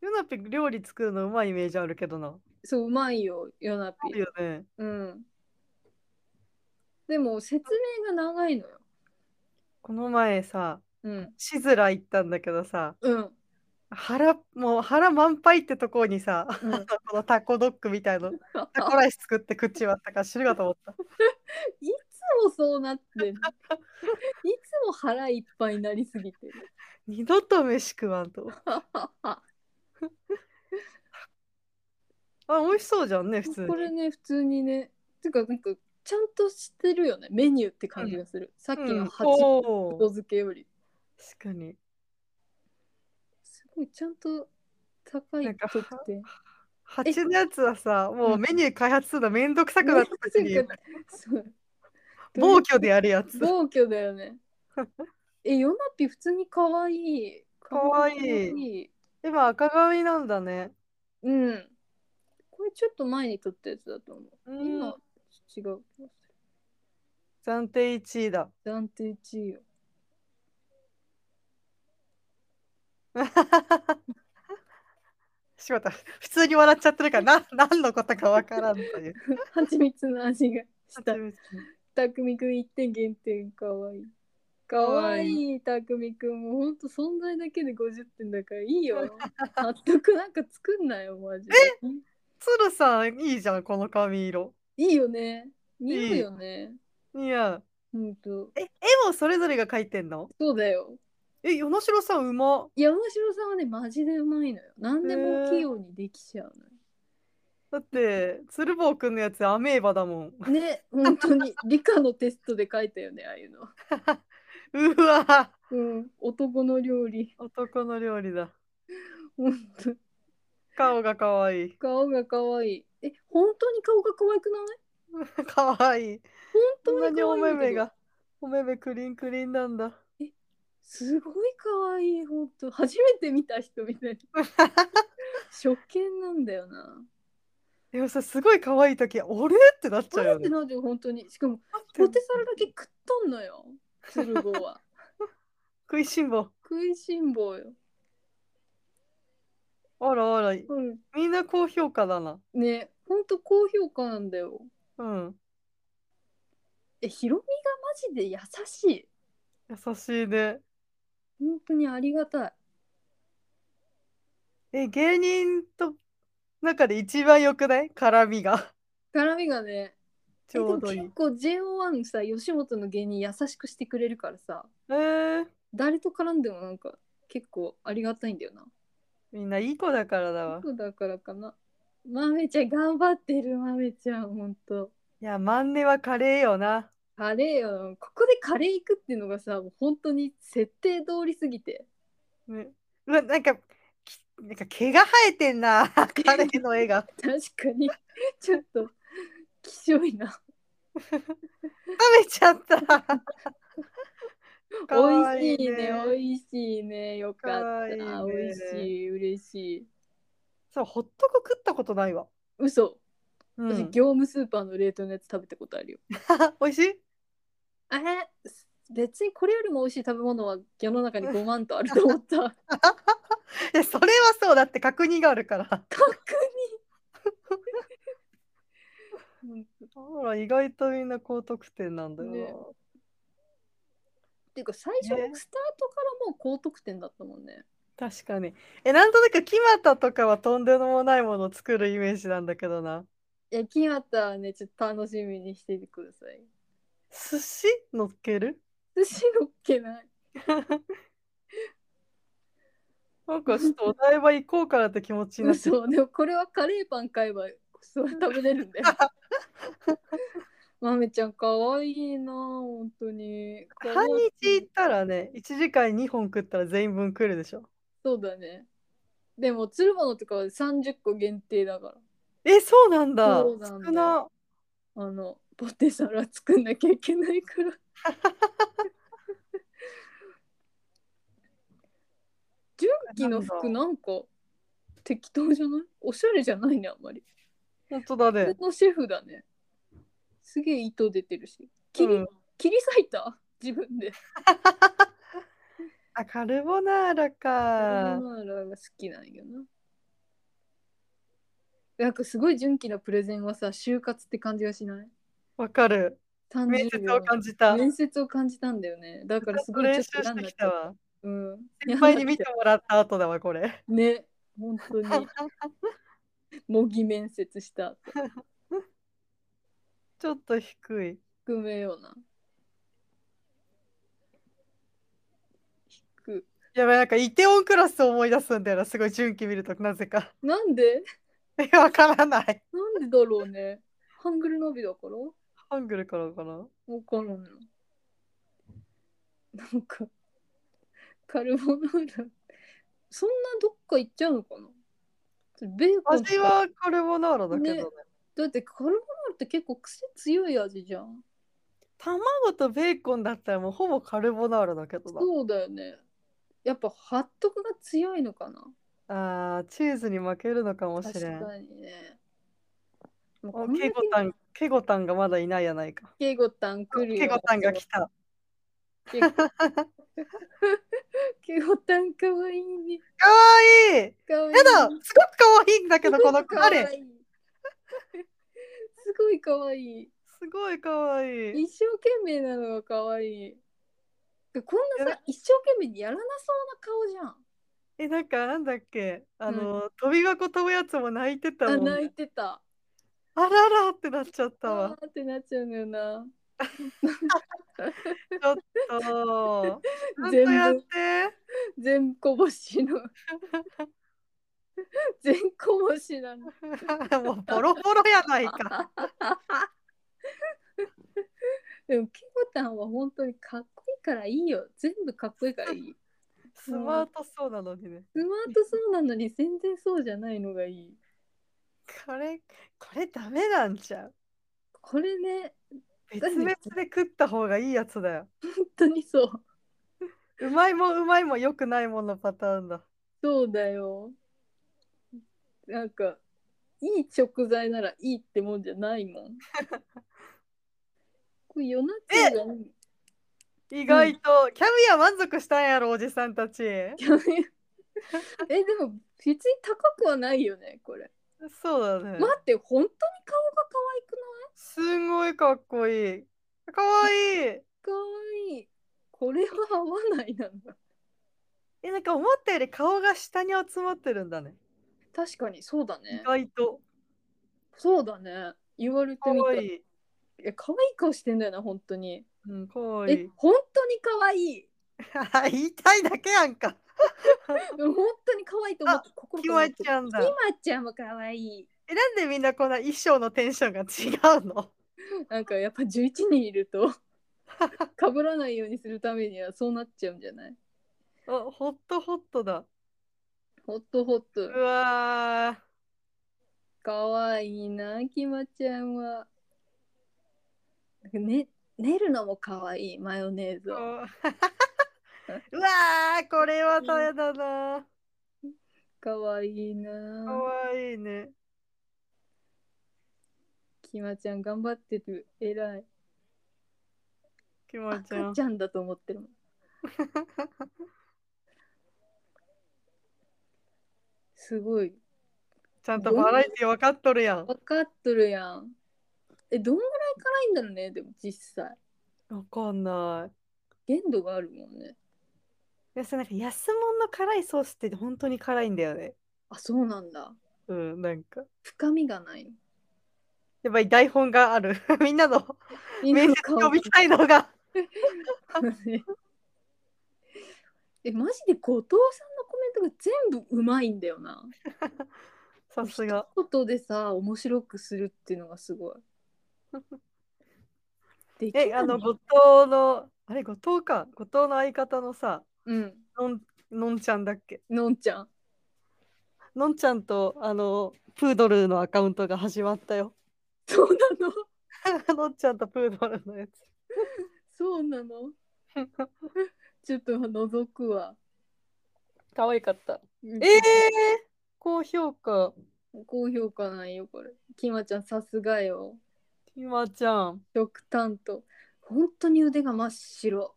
[SPEAKER 2] ヨナピ料理作るのうまいイメージあるけどな。
[SPEAKER 1] そううまいよヨナ
[SPEAKER 2] ある
[SPEAKER 1] ピ
[SPEAKER 2] よね。
[SPEAKER 1] うんでも説明が長いのよ
[SPEAKER 2] この前さ、
[SPEAKER 1] うん
[SPEAKER 2] シズラ行ったんだけどさ、
[SPEAKER 1] うん
[SPEAKER 2] 腹、もう腹満杯ってとこにさ、
[SPEAKER 1] うん
[SPEAKER 2] このタコドッグみた いの、タコライス作って食っちまったから知るかと思った。
[SPEAKER 1] いつもそうなってんのい つも腹いっぱいになりすぎてる
[SPEAKER 2] 二度と飯食わんと。あ、美味しそうじゃんね、普通に。
[SPEAKER 1] これね普通にねてかなんかちゃんとしてるよねメニューって感じがする、さっき
[SPEAKER 2] う
[SPEAKER 1] の
[SPEAKER 2] ん、
[SPEAKER 1] 八個
[SPEAKER 2] おー
[SPEAKER 1] 漬けより
[SPEAKER 2] 確かに。
[SPEAKER 1] すごいちゃんと高
[SPEAKER 2] なん
[SPEAKER 1] い
[SPEAKER 2] か
[SPEAKER 1] 得点
[SPEAKER 2] 蜂のやつはさ、もうメニュー開発するの めんどくさくなった時に、
[SPEAKER 1] そう
[SPEAKER 2] 暴挙でやるやつ。
[SPEAKER 1] 暴挙だよねえヨナピ普通に可愛い
[SPEAKER 2] 可愛い 今赤髪なんだね。
[SPEAKER 1] うんこれちょっと前に撮ったやつだと思う
[SPEAKER 2] うん
[SPEAKER 1] 今、違う気がする
[SPEAKER 2] 暫定1位だ。
[SPEAKER 1] 暫定1位よ
[SPEAKER 2] しまった。普通に笑っちゃってるから、な 何のことかわからんと いう。
[SPEAKER 1] 蜂蜜の味がした。たくみくん一点減点かわいい。かわいいたくみくんもほんと存在だけで50点だからいいよ。納得なんか作んなよマジで。
[SPEAKER 2] 鶴さん、いいじゃん、この髪色。
[SPEAKER 1] いいよね。似合うよね。
[SPEAKER 2] いや、
[SPEAKER 1] ほんと。
[SPEAKER 2] 絵もそれぞれが描いてんの
[SPEAKER 1] そうだよ。
[SPEAKER 2] え、与那城さん、うま。
[SPEAKER 1] 山城さんはねマジでうまいのよ。何でも器用にできちゃうのよ。
[SPEAKER 2] だって、鶴坊くんのやつ、アメーバだもん。
[SPEAKER 1] ね本当に理科のテストで書いたよねああいうの。
[SPEAKER 2] うわ
[SPEAKER 1] うん男の料理
[SPEAKER 2] 男の料理だ。
[SPEAKER 1] 本当
[SPEAKER 2] 顔が可愛い。
[SPEAKER 1] 顔が可愛いえ本当に顔が可愛くない
[SPEAKER 2] 可愛い。こんな
[SPEAKER 1] 本当
[SPEAKER 2] に
[SPEAKER 1] に
[SPEAKER 2] お
[SPEAKER 1] 可愛
[SPEAKER 2] 目
[SPEAKER 1] いんだけ
[SPEAKER 2] 目
[SPEAKER 1] ど
[SPEAKER 2] が、お目目クリンクリンなんだ。
[SPEAKER 1] すごい可愛い本当初めて見た人みたい な初見なんだよな
[SPEAKER 2] でもさ、すごい可愛い時、俺ってなっち
[SPEAKER 1] あ
[SPEAKER 2] ゃう
[SPEAKER 1] れ
[SPEAKER 2] よ
[SPEAKER 1] って
[SPEAKER 2] ね。
[SPEAKER 1] なんで本当にしかもポテサラだけ食っとんのよ鶴子は
[SPEAKER 2] 食いしん坊。
[SPEAKER 1] 食いしん坊よ、
[SPEAKER 2] あらあら、
[SPEAKER 1] うん、
[SPEAKER 2] みんな高評価だな。
[SPEAKER 1] ね本当高評価なんだよ
[SPEAKER 2] うん。
[SPEAKER 1] えヒロミがマジで優しい
[SPEAKER 2] 優しいね。
[SPEAKER 1] 本当にありがたい
[SPEAKER 2] え、芸人と中で一番良くない絡みが。
[SPEAKER 1] 絡みがね
[SPEAKER 2] ちょうど
[SPEAKER 1] え
[SPEAKER 2] い
[SPEAKER 1] で
[SPEAKER 2] い
[SPEAKER 1] も。結構 JO1 さ吉本の芸人優しくしてくれるからさ
[SPEAKER 2] えー、
[SPEAKER 1] 誰と絡んでもなんか結構ありがたいんだよな
[SPEAKER 2] みんないい子だからだわ。
[SPEAKER 1] 僕だからかな。まめちゃん頑張ってるまめちゃんほんと。
[SPEAKER 2] いや、マンネはカレーよな。
[SPEAKER 1] カレーよここでカレー行くっていうのがさもう本当に設定通りすぎて
[SPEAKER 2] ねうわなんかきなんか毛が生えてんなカレー の絵が
[SPEAKER 1] 確かにちょっときしょいな
[SPEAKER 2] 食べちゃった かわ
[SPEAKER 1] 美味しいね美
[SPEAKER 2] い
[SPEAKER 1] 味しいねよか
[SPEAKER 2] か
[SPEAKER 1] った
[SPEAKER 2] わいいね
[SPEAKER 1] 美味しい嬉しい
[SPEAKER 2] そうホットク食ったことないわ、
[SPEAKER 1] 嘘
[SPEAKER 2] う
[SPEAKER 1] 私、
[SPEAKER 2] ん、
[SPEAKER 1] 業務スーパーの冷凍のやつ食べたことあるよ
[SPEAKER 2] 美味しい
[SPEAKER 1] あれ別にこれよりも美味しい食べ物は世の 中に5万とあると思った
[SPEAKER 2] いやそれはそうだって確認があるから
[SPEAKER 1] 確認っ
[SPEAKER 2] ほら意外とみんな高得点なんだよな、
[SPEAKER 1] ねていうか最初の
[SPEAKER 2] ね
[SPEAKER 1] スタートからもう高得点だったもんね
[SPEAKER 2] 確かにえなんとなく木俣とかはとんでもないものを作るイメージなんだけどない
[SPEAKER 1] や決まったらねちょっと楽しみにしててください
[SPEAKER 2] 寿司乗っける
[SPEAKER 1] 寿司のっけない
[SPEAKER 2] なんかちょっとお台場行こうからって気持ちになっ て
[SPEAKER 1] 嘘でもこれはカレーパン買えばそれ食べれるんだよ 豆ちゃんかわいいな本当に可愛い
[SPEAKER 2] 半日行ったらね1時間に2本食ったら全員分来るでしょ
[SPEAKER 1] そうだねでも鶴葉のとかは30個限定だから
[SPEAKER 2] えそうなんだ
[SPEAKER 1] そうなんだ
[SPEAKER 2] 少な
[SPEAKER 1] あのポテサラ作んなきゃいけないから 純喜の服なんか適当じゃないおしゃれじゃないねあんまり
[SPEAKER 2] 本当だ
[SPEAKER 1] 普
[SPEAKER 2] ね
[SPEAKER 1] 通のシェフだねすげえ糸出てるし切り,、
[SPEAKER 2] うん
[SPEAKER 1] 切り裂いた自分で
[SPEAKER 2] あカルボナーラ
[SPEAKER 1] カ
[SPEAKER 2] か
[SPEAKER 1] ルボナーラが好きなんよななんかすごい純喜のプレゼンはさ就活って感じがしない
[SPEAKER 2] わかる
[SPEAKER 1] 30
[SPEAKER 2] 面接を感じた
[SPEAKER 1] 面接を感じたんだよねだからすごい
[SPEAKER 2] 練習
[SPEAKER 1] ちょっと嫌
[SPEAKER 2] し
[SPEAKER 1] になっち
[SPEAKER 2] てき
[SPEAKER 1] ゃ
[SPEAKER 2] た
[SPEAKER 1] った
[SPEAKER 2] わ
[SPEAKER 1] うん
[SPEAKER 2] 先輩に見てもらった後だわこれ
[SPEAKER 1] ね本当に模擬面接した
[SPEAKER 2] ちょっと低い
[SPEAKER 1] 低めような低
[SPEAKER 2] やばいなんかイテオンクラスを思い出すんだよなすごい純喜見るとなぜか
[SPEAKER 1] なんで
[SPEAKER 2] えわからない
[SPEAKER 1] なんでだろうねハングルナビだから
[SPEAKER 2] ハングルからかな
[SPEAKER 1] 分からんのなんかカルボナーラそんなどっか行っちゃうのかなベーコンとか
[SPEAKER 2] 味はカルボナーラだけどね
[SPEAKER 1] ねだってカルボナーラって結構癖強い味じゃん
[SPEAKER 2] 卵とベーコンだったらもうほぼカルボナーラだけどな
[SPEAKER 1] そうだよねやっぱハットクが強いのかな
[SPEAKER 2] あーチーズに負けるのかもし
[SPEAKER 1] 確
[SPEAKER 2] れん
[SPEAKER 1] かにねもう
[SPEAKER 2] お
[SPEAKER 1] こんだけ
[SPEAKER 2] ケゴタンケゴタンがまだいないやないか
[SPEAKER 1] ケゴタン来るよ
[SPEAKER 2] ケゴタン が来た
[SPEAKER 1] ケゴケゴタンかわいいね
[SPEAKER 2] かわいい
[SPEAKER 1] かわいい
[SPEAKER 2] やだすごくかわいいんだけど このカレー
[SPEAKER 1] かわいいすごいかわいい
[SPEAKER 2] すごいかわいい
[SPEAKER 1] 一生懸命なのがかわいいこんなさ一生懸命にやらなそうな顔
[SPEAKER 2] えなんかなんだっけあの、飛び箱飛ぶやつも泣いてた
[SPEAKER 1] じゃんあ
[SPEAKER 2] もん、
[SPEAKER 1] 泣い
[SPEAKER 2] ね、
[SPEAKER 1] てた
[SPEAKER 2] あららってなっちゃった
[SPEAKER 1] あ
[SPEAKER 2] わ
[SPEAKER 1] ーってなっちゃうのよな
[SPEAKER 2] ちょっとちゃんと
[SPEAKER 1] 全部
[SPEAKER 2] やって
[SPEAKER 1] 全こぼし の全こぼしなの
[SPEAKER 2] もうボロボロやないか
[SPEAKER 1] でもケゴタンは本当にかっこいいからいいよ全部かっこいいからいい
[SPEAKER 2] スマートそうなのにね
[SPEAKER 1] スマートそうなのに全然そうじゃないのがいい
[SPEAKER 2] これこれダメなんちゃう
[SPEAKER 1] これね
[SPEAKER 2] 別々で食った方がいいやつだよ
[SPEAKER 1] 本当にそう
[SPEAKER 2] うまいもんうまいもんよくないもんのパターンだ
[SPEAKER 1] そうだよなんかいい食材ならいいってもんじゃないも んこれ夜中がいい
[SPEAKER 2] 意外と、キャビア満足したんやろおじさんた ち
[SPEAKER 1] えでも別に高くはないよねこれ
[SPEAKER 2] そうだね、
[SPEAKER 1] 待って本当に顔が可愛く
[SPEAKER 2] すんごいかっこいいかわいい
[SPEAKER 1] ない可愛いこれは合わないなんだ
[SPEAKER 2] えなんか思ったより顔が下に集まってるんだね
[SPEAKER 1] 確かにそうだね
[SPEAKER 2] 意外と
[SPEAKER 1] そうだね言われ
[SPEAKER 2] か
[SPEAKER 1] てみた
[SPEAKER 2] わ
[SPEAKER 1] ら
[SPEAKER 2] い
[SPEAKER 1] い
[SPEAKER 2] い、
[SPEAKER 1] や可愛い顔してんだよな本当に
[SPEAKER 2] うん、かわい
[SPEAKER 1] え
[SPEAKER 2] い
[SPEAKER 1] 本当に可愛い
[SPEAKER 2] 言いたいだけやんか
[SPEAKER 1] 本当に可愛いと思って心
[SPEAKER 2] き
[SPEAKER 1] から
[SPEAKER 2] ま
[SPEAKER 1] 思って
[SPEAKER 2] ちゃんだ
[SPEAKER 1] ひまちゃんも可愛い
[SPEAKER 2] えなんでみんなこんな衣装のテンションが違うの
[SPEAKER 1] なんかやっぱ11人いるとかぶらないようにするためにはそうなっちゃうんじゃない
[SPEAKER 2] あホットホットだ
[SPEAKER 1] ホットホット
[SPEAKER 2] うわ
[SPEAKER 1] かわいいなきまちゃんは、ね、練るのもかわいいマヨネーズ
[SPEAKER 2] ーう
[SPEAKER 1] を
[SPEAKER 2] わーこれはたやだな
[SPEAKER 1] かわいい
[SPEAKER 2] か
[SPEAKER 1] な
[SPEAKER 2] わいいね
[SPEAKER 1] きまちゃん頑張ってる偉い
[SPEAKER 2] きまちゃ
[SPEAKER 1] 赤
[SPEAKER 2] ん
[SPEAKER 1] ちゃんだと思ってる もんすごい
[SPEAKER 2] ちゃんとバラエティ分かっとるやん
[SPEAKER 1] 分かっとるやんえどんぐらい辛いんだろうねでも実際
[SPEAKER 2] わかんない
[SPEAKER 1] 限度があるもんね
[SPEAKER 2] いやそれなんか安物の辛いソースって本当に辛いんだよね
[SPEAKER 1] あそうなんだ
[SPEAKER 2] うんなんか
[SPEAKER 1] 深みがない
[SPEAKER 2] やっぱり台本がある みんなの
[SPEAKER 1] みんな
[SPEAKER 2] 面
[SPEAKER 1] の
[SPEAKER 2] 接
[SPEAKER 1] 顔
[SPEAKER 2] 予備才能が
[SPEAKER 1] えマジで後藤さんのコメントが全部うまいんだよな
[SPEAKER 2] さすが
[SPEAKER 1] ことでさ面白くするっていうのがすごい できない
[SPEAKER 2] えあの後藤のあれ後藤か後藤の相方のさ
[SPEAKER 1] うん
[SPEAKER 2] のんのんちゃんだっけ
[SPEAKER 1] のんちゃん
[SPEAKER 2] のんちゃんとあのプードルのアカウントが始まったよ
[SPEAKER 1] そうなの
[SPEAKER 2] のんちゃんとプードルのやつ
[SPEAKER 1] そうな のちょっと覗くわ
[SPEAKER 2] 可愛かった
[SPEAKER 1] え
[SPEAKER 2] えー、高評価
[SPEAKER 1] 高評価ないよこれきまちゃんさすがよ
[SPEAKER 2] ひまちゃん
[SPEAKER 1] 極端と本当に腕が真っ白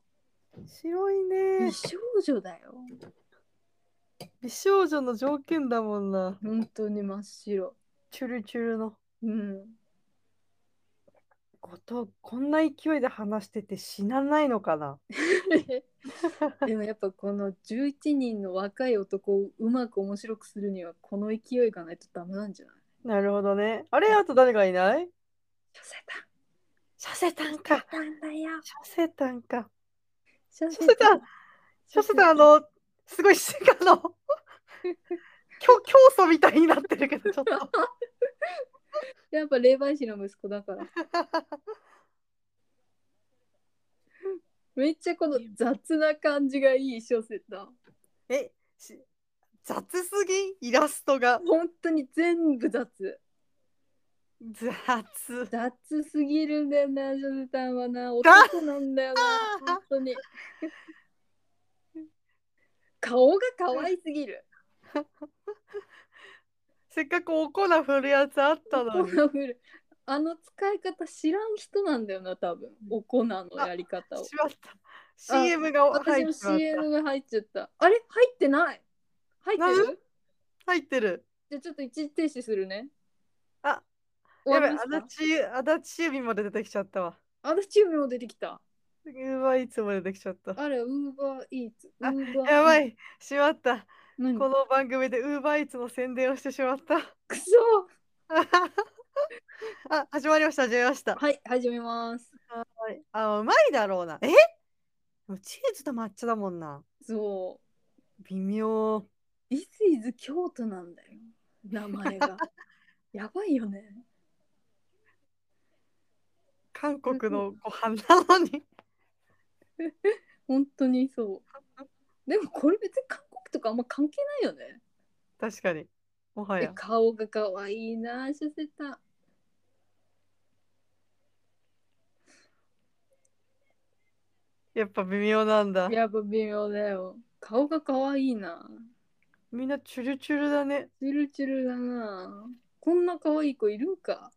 [SPEAKER 2] 白いね
[SPEAKER 1] 美少女だよ
[SPEAKER 2] 美少女の条件だもんな
[SPEAKER 1] 本当に真っ白
[SPEAKER 2] チュルチュルの
[SPEAKER 1] うん
[SPEAKER 2] 後藤こんな勢いで話してて死なないのかな
[SPEAKER 1] でもやっぱこの11人の若い男をうまく面白くするにはこの勢いがないとダメなんじゃない
[SPEAKER 2] なるほどねあれあと誰がいない
[SPEAKER 1] シャセタン
[SPEAKER 2] シャセタンか
[SPEAKER 1] なんだよ
[SPEAKER 2] シャセタンか
[SPEAKER 1] シャ
[SPEAKER 2] シャセタンシャセタンあのすごい静かの 競競争みたいになってるけどちょっと
[SPEAKER 1] やっぱ霊媒師の息子だからめっちゃこの雑な感じがいいシャセタン
[SPEAKER 2] えし雑すぎんイラストが
[SPEAKER 1] 本当に全部雑
[SPEAKER 2] 雑
[SPEAKER 1] 雑すぎるんだよなシャセタンはな男なんだよな本当に顔が可愛すぎる
[SPEAKER 2] せっかくおこな振るやつあったのに
[SPEAKER 1] 粉振るあの使い方知らん人なんだよな多分お粉のやり方を
[SPEAKER 2] しまった CM が
[SPEAKER 1] 私の
[SPEAKER 2] 入ってまった
[SPEAKER 1] CM が入っちゃったあれ入ってない入ってる
[SPEAKER 2] 入ってる
[SPEAKER 1] じゃあちょっと一時停止するね
[SPEAKER 2] あや
[SPEAKER 1] 終
[SPEAKER 2] べ
[SPEAKER 1] わり
[SPEAKER 2] 足
[SPEAKER 1] ました
[SPEAKER 2] 立足立指まで出てきちゃったわ
[SPEAKER 1] あのチームも出てきた
[SPEAKER 2] ウーバーイーツも出てきちゃった
[SPEAKER 1] あれウーバーイーツウ
[SPEAKER 2] あ
[SPEAKER 1] ーバー
[SPEAKER 2] やばいしまった
[SPEAKER 1] 何
[SPEAKER 2] この番組でウーバーイーツの宣伝をしてしまった
[SPEAKER 1] くそ
[SPEAKER 2] あ始まりました始まりました
[SPEAKER 1] はい始めます
[SPEAKER 2] はいあうまいだろうなえでもチーズと抹茶だもんな
[SPEAKER 1] そう
[SPEAKER 2] 微妙
[SPEAKER 1] This is 京都なんだよ名前 がやばいよね
[SPEAKER 2] 韓国のご飯なのに
[SPEAKER 1] 本当にそうでもこれ別に韓国とかあんま関係ないよね
[SPEAKER 2] 確かにもは
[SPEAKER 1] え
[SPEAKER 2] や
[SPEAKER 1] 顔が可愛いなシャセタン
[SPEAKER 2] やっぱ微妙なんだ
[SPEAKER 1] やっぱ微妙だよ顔が可愛いな
[SPEAKER 2] みんなチュルチュルだね
[SPEAKER 1] チュルチュルだなこんな可愛い子いるんか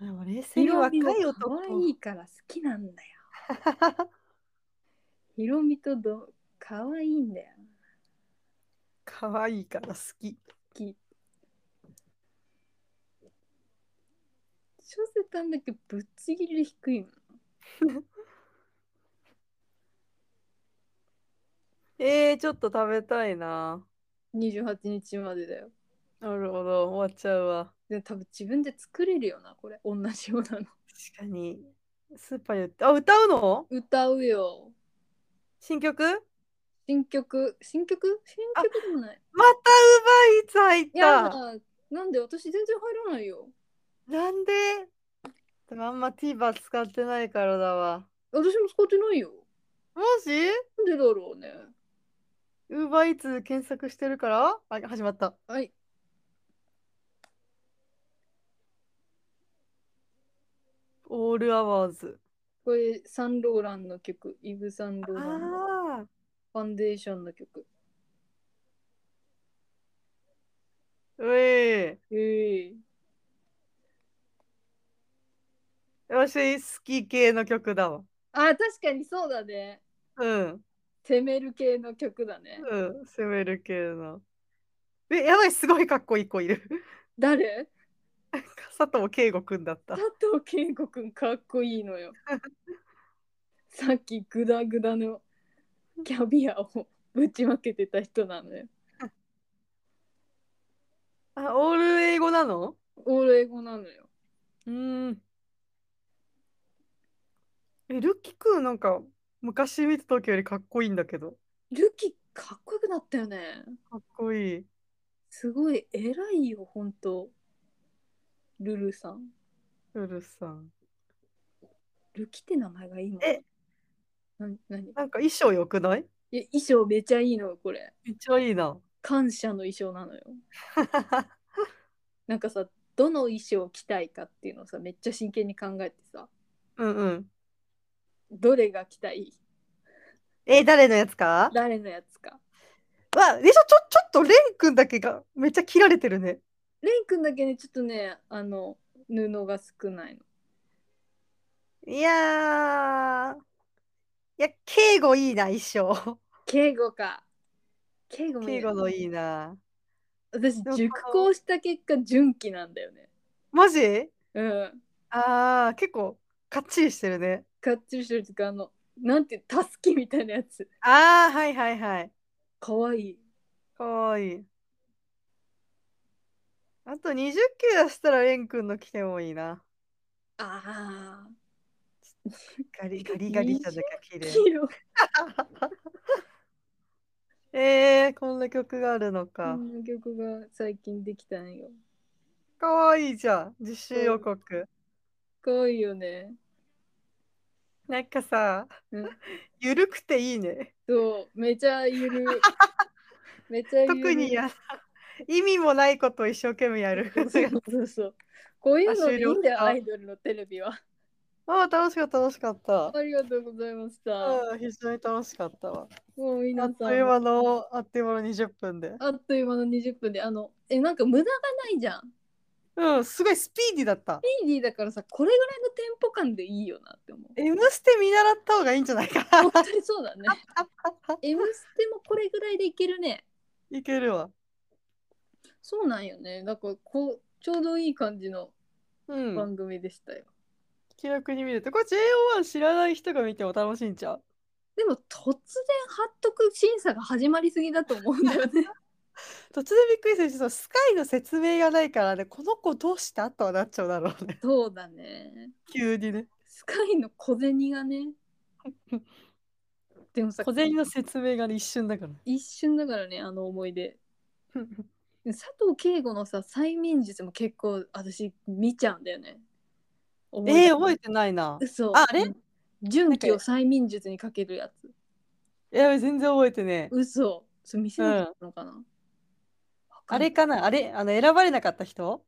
[SPEAKER 2] でも冷静に
[SPEAKER 1] 色
[SPEAKER 2] 若
[SPEAKER 1] 味も
[SPEAKER 2] い男
[SPEAKER 1] 可愛いから好きなんだよヒロミとど可愛いんだよ
[SPEAKER 2] 可愛いから好き
[SPEAKER 1] 好き小説なんだけどぶっちぎりで低いもん
[SPEAKER 2] えー、ちょっと食べたいな
[SPEAKER 1] 28日までだよ
[SPEAKER 2] なるほど終わっちゃうわ
[SPEAKER 1] で多分自分で作れるよなこれ同じようなの
[SPEAKER 2] 確かにスーパーに売ってあ歌うの
[SPEAKER 1] 歌うよ
[SPEAKER 2] 新曲またウー
[SPEAKER 1] 新曲新曲新曲でもない
[SPEAKER 2] バーイーツ
[SPEAKER 1] い
[SPEAKER 2] 入
[SPEAKER 1] や
[SPEAKER 2] った
[SPEAKER 1] ーなんで私全然入らないよ
[SPEAKER 2] なんででもあんま TVer 使ってないからだわ
[SPEAKER 1] 私も使ってないよ。
[SPEAKER 2] もし
[SPEAKER 1] なんでだろうね。
[SPEAKER 2] ウーバーイーツ検索してるからあ始まった。
[SPEAKER 1] はい。
[SPEAKER 2] オールアワーズ。
[SPEAKER 1] これ、サンローランの曲。イブ・サンローランの
[SPEAKER 2] ああ。
[SPEAKER 1] ファンデーションの曲。
[SPEAKER 2] うえ
[SPEAKER 1] へえ。
[SPEAKER 2] ー。私、好き系の曲だわ。
[SPEAKER 1] あ、確かにそうだね。
[SPEAKER 2] うん。
[SPEAKER 1] 攻める系の曲だね。
[SPEAKER 2] うん。攻める系の。え、やばい、すごいかっこいい子いる。
[SPEAKER 1] 誰
[SPEAKER 2] 佐藤圭吾くんだった
[SPEAKER 1] 佐。藤健吾くんかっこいいの よ。さっきグダグダのキャビアをぶちまけてた人なのよ。
[SPEAKER 2] あ、オール英語なの
[SPEAKER 1] オール英語なのよ。
[SPEAKER 2] うーん。え、ルッキくんなんか昔見た時よりかっこいいんだけど。
[SPEAKER 1] ルキかっこよくなったよね。
[SPEAKER 2] かっこいい。
[SPEAKER 1] すごい偉いよ、ほんと。ルルさん。
[SPEAKER 2] うるさん。
[SPEAKER 1] ルキって名前がいいの
[SPEAKER 2] え
[SPEAKER 1] な何い
[SPEAKER 2] なんか衣装良くない
[SPEAKER 1] や衣装めちゃいいのよ、これ。
[SPEAKER 2] めっちゃいいな。
[SPEAKER 1] 感謝の衣装なのよ。なんかさ、どの衣装を着たいかっていうのをさ、めっちゃ真剣に考えてさ、
[SPEAKER 2] うんうん。
[SPEAKER 1] どれが着たい
[SPEAKER 2] え、誰のやつか
[SPEAKER 1] 誰のやつか。
[SPEAKER 2] わ、でしょ、ちょ、ちょっとレン君だけがめっちゃ切られてるね。
[SPEAKER 1] レイくんだけね、ちょっとね、あの、布が少ないの。
[SPEAKER 2] いやー。いや、敬語いいな、衣 装。
[SPEAKER 1] 敬語か。敬語もいい
[SPEAKER 2] 敬
[SPEAKER 1] よ
[SPEAKER 2] 語のいいな。
[SPEAKER 1] 私
[SPEAKER 2] でも、
[SPEAKER 1] 熟考した結果、準期なんだよね。
[SPEAKER 2] マジ
[SPEAKER 1] うん。
[SPEAKER 2] あー、結構、かっちりしてるね。
[SPEAKER 1] かっちりしてるっていうか、あの、なんていう、タスキみたいなやつ。
[SPEAKER 2] あー、はいはいはい。
[SPEAKER 1] かわいい。
[SPEAKER 2] かわいい。あと20球出したらレン君の来てもいいな。
[SPEAKER 1] ああ。
[SPEAKER 2] ガリガリガリじゃなきゃ綺麗。
[SPEAKER 1] 黄色。
[SPEAKER 2] えー、こんな曲があるの
[SPEAKER 1] こ
[SPEAKER 2] か。
[SPEAKER 1] んな曲が最近できたんよ。
[SPEAKER 2] かわいいじゃん。実習予告。
[SPEAKER 1] かわいいよね。
[SPEAKER 2] なんかさ
[SPEAKER 1] うん、
[SPEAKER 2] ゆるくていいね。
[SPEAKER 1] そう、めちゃゆ る。めちゃゆる。
[SPEAKER 2] 特にや意味もないことを一生懸命 やる
[SPEAKER 1] そ。うそうそう。こういうのでいいんだ
[SPEAKER 2] あ終了し
[SPEAKER 1] よ、
[SPEAKER 2] た
[SPEAKER 1] アイドルのテレビは。
[SPEAKER 2] ああ、楽しかった、楽しかった。
[SPEAKER 1] ありがとうございました。
[SPEAKER 2] うん、非常に楽しかったわ。
[SPEAKER 1] もう
[SPEAKER 2] あ
[SPEAKER 1] 皆
[SPEAKER 2] っ
[SPEAKER 1] さ。
[SPEAKER 2] というん間の、あっという間の20分で。
[SPEAKER 1] あっという間の20分で、あの、え、なんか無駄がないじゃん。
[SPEAKER 2] うん、すごいスピーディーだった。
[SPEAKER 1] ピーディーだからさ、これぐらいのテンポ感でいいよなって思う。
[SPEAKER 2] M ステ見習った方がいいんじゃないかな
[SPEAKER 1] 本。当にそうだ ね。M ステもこれぐらいでいけるね。
[SPEAKER 2] いけるわ。
[SPEAKER 1] そうなんよね。だからこう、ちょうどいい感じの
[SPEAKER 2] うん。
[SPEAKER 1] 番組でしたよ。
[SPEAKER 2] 気楽に見れて。これ JO1 知らない人が見ても楽しいんちゃう
[SPEAKER 1] でも、突然、発得審査が始まりすぎだと思うんだよ ね。
[SPEAKER 2] 途中でびっくりするし、そのスカイの説明がないからね、この子どうしたとはなっちゃうだろうね。
[SPEAKER 1] そうだね。
[SPEAKER 2] 急にね。
[SPEAKER 1] スカイの小銭がね。でもさ、
[SPEAKER 2] 小銭の説明がね、一瞬だから。
[SPEAKER 1] 一瞬だからね、あの思い出。佐藤敬吾のさ催眠術も結構私見ちゃうんだよね。覚
[SPEAKER 2] え
[SPEAKER 1] え
[SPEAKER 2] え覚えてないな。
[SPEAKER 1] 嘘
[SPEAKER 2] ああれ
[SPEAKER 1] 純喜を催眠術にかけるやつ。
[SPEAKER 2] いや、全然覚えてねえ。
[SPEAKER 1] 嘘それ見せなかったのかな、わか
[SPEAKER 2] あ
[SPEAKER 1] んな
[SPEAKER 2] れ
[SPEAKER 1] い
[SPEAKER 2] かなあれあの、選ばれなかった人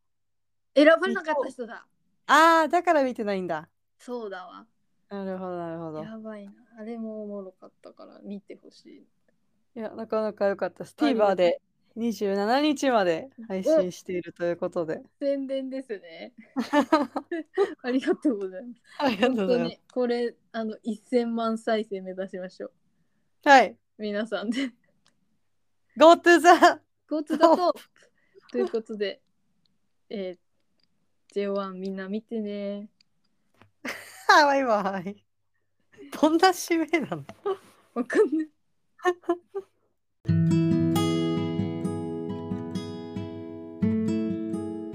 [SPEAKER 1] 選ばれなかった人だ。
[SPEAKER 2] ああ、だから見てないんだ。
[SPEAKER 1] そうだわ。
[SPEAKER 2] なるほど、なるほど。
[SPEAKER 1] やばいな。あれもおもろかったから見てほしい。
[SPEAKER 2] いや、なかなか良かったです。
[SPEAKER 1] ありがとう
[SPEAKER 2] TVer で27日まで配信しているということで。
[SPEAKER 1] 宣伝ですね。 ありがとうございます。
[SPEAKER 2] ありがとう
[SPEAKER 1] 本
[SPEAKER 2] ござ
[SPEAKER 1] 当
[SPEAKER 2] います。
[SPEAKER 1] にこれあの1000万再生目指しましょう。
[SPEAKER 2] はい。
[SPEAKER 1] 皆さんで。
[SPEAKER 2] Go to the
[SPEAKER 1] 交通だとということで、えー、J1 みんな見てね。
[SPEAKER 2] バイバイ。どんな締めなの
[SPEAKER 1] わかんない。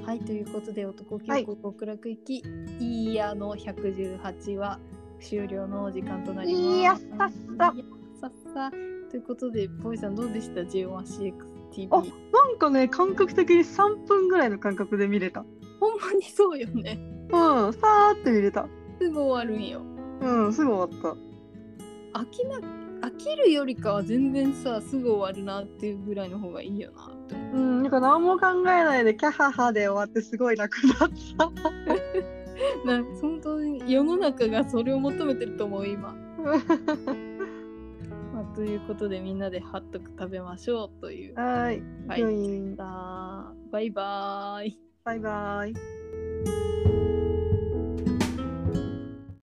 [SPEAKER 1] はい、ということで、男
[SPEAKER 3] はい
[SPEAKER 1] 記憶極楽行き、いいやの118話終了のお時間となります。
[SPEAKER 3] いいやさっさ
[SPEAKER 1] いいやさっさ。ということで、ボイさんどうでした ?J1CXTV。
[SPEAKER 3] あなんかね感覚的に3分ぐらいの感覚で見れた
[SPEAKER 1] ほんまにそうよね。
[SPEAKER 3] うんさーって見れた
[SPEAKER 1] すぐ終わるんよ。
[SPEAKER 2] うん、すぐ終わった。
[SPEAKER 1] 飽きな飽きるよりかは全然さすぐ終わるなっていうぐらいの方がいいよなって思う
[SPEAKER 2] うん、なんか何も考えないでキャハハで終わってすごい楽だった。
[SPEAKER 1] なんか本当に世の中がそれを求めてると思う今、まあ、ということでみんなでハットク食べましょうという
[SPEAKER 2] はい、
[SPEAKER 1] はい
[SPEAKER 2] 良い
[SPEAKER 1] さあバイバーイ
[SPEAKER 2] バイバイ。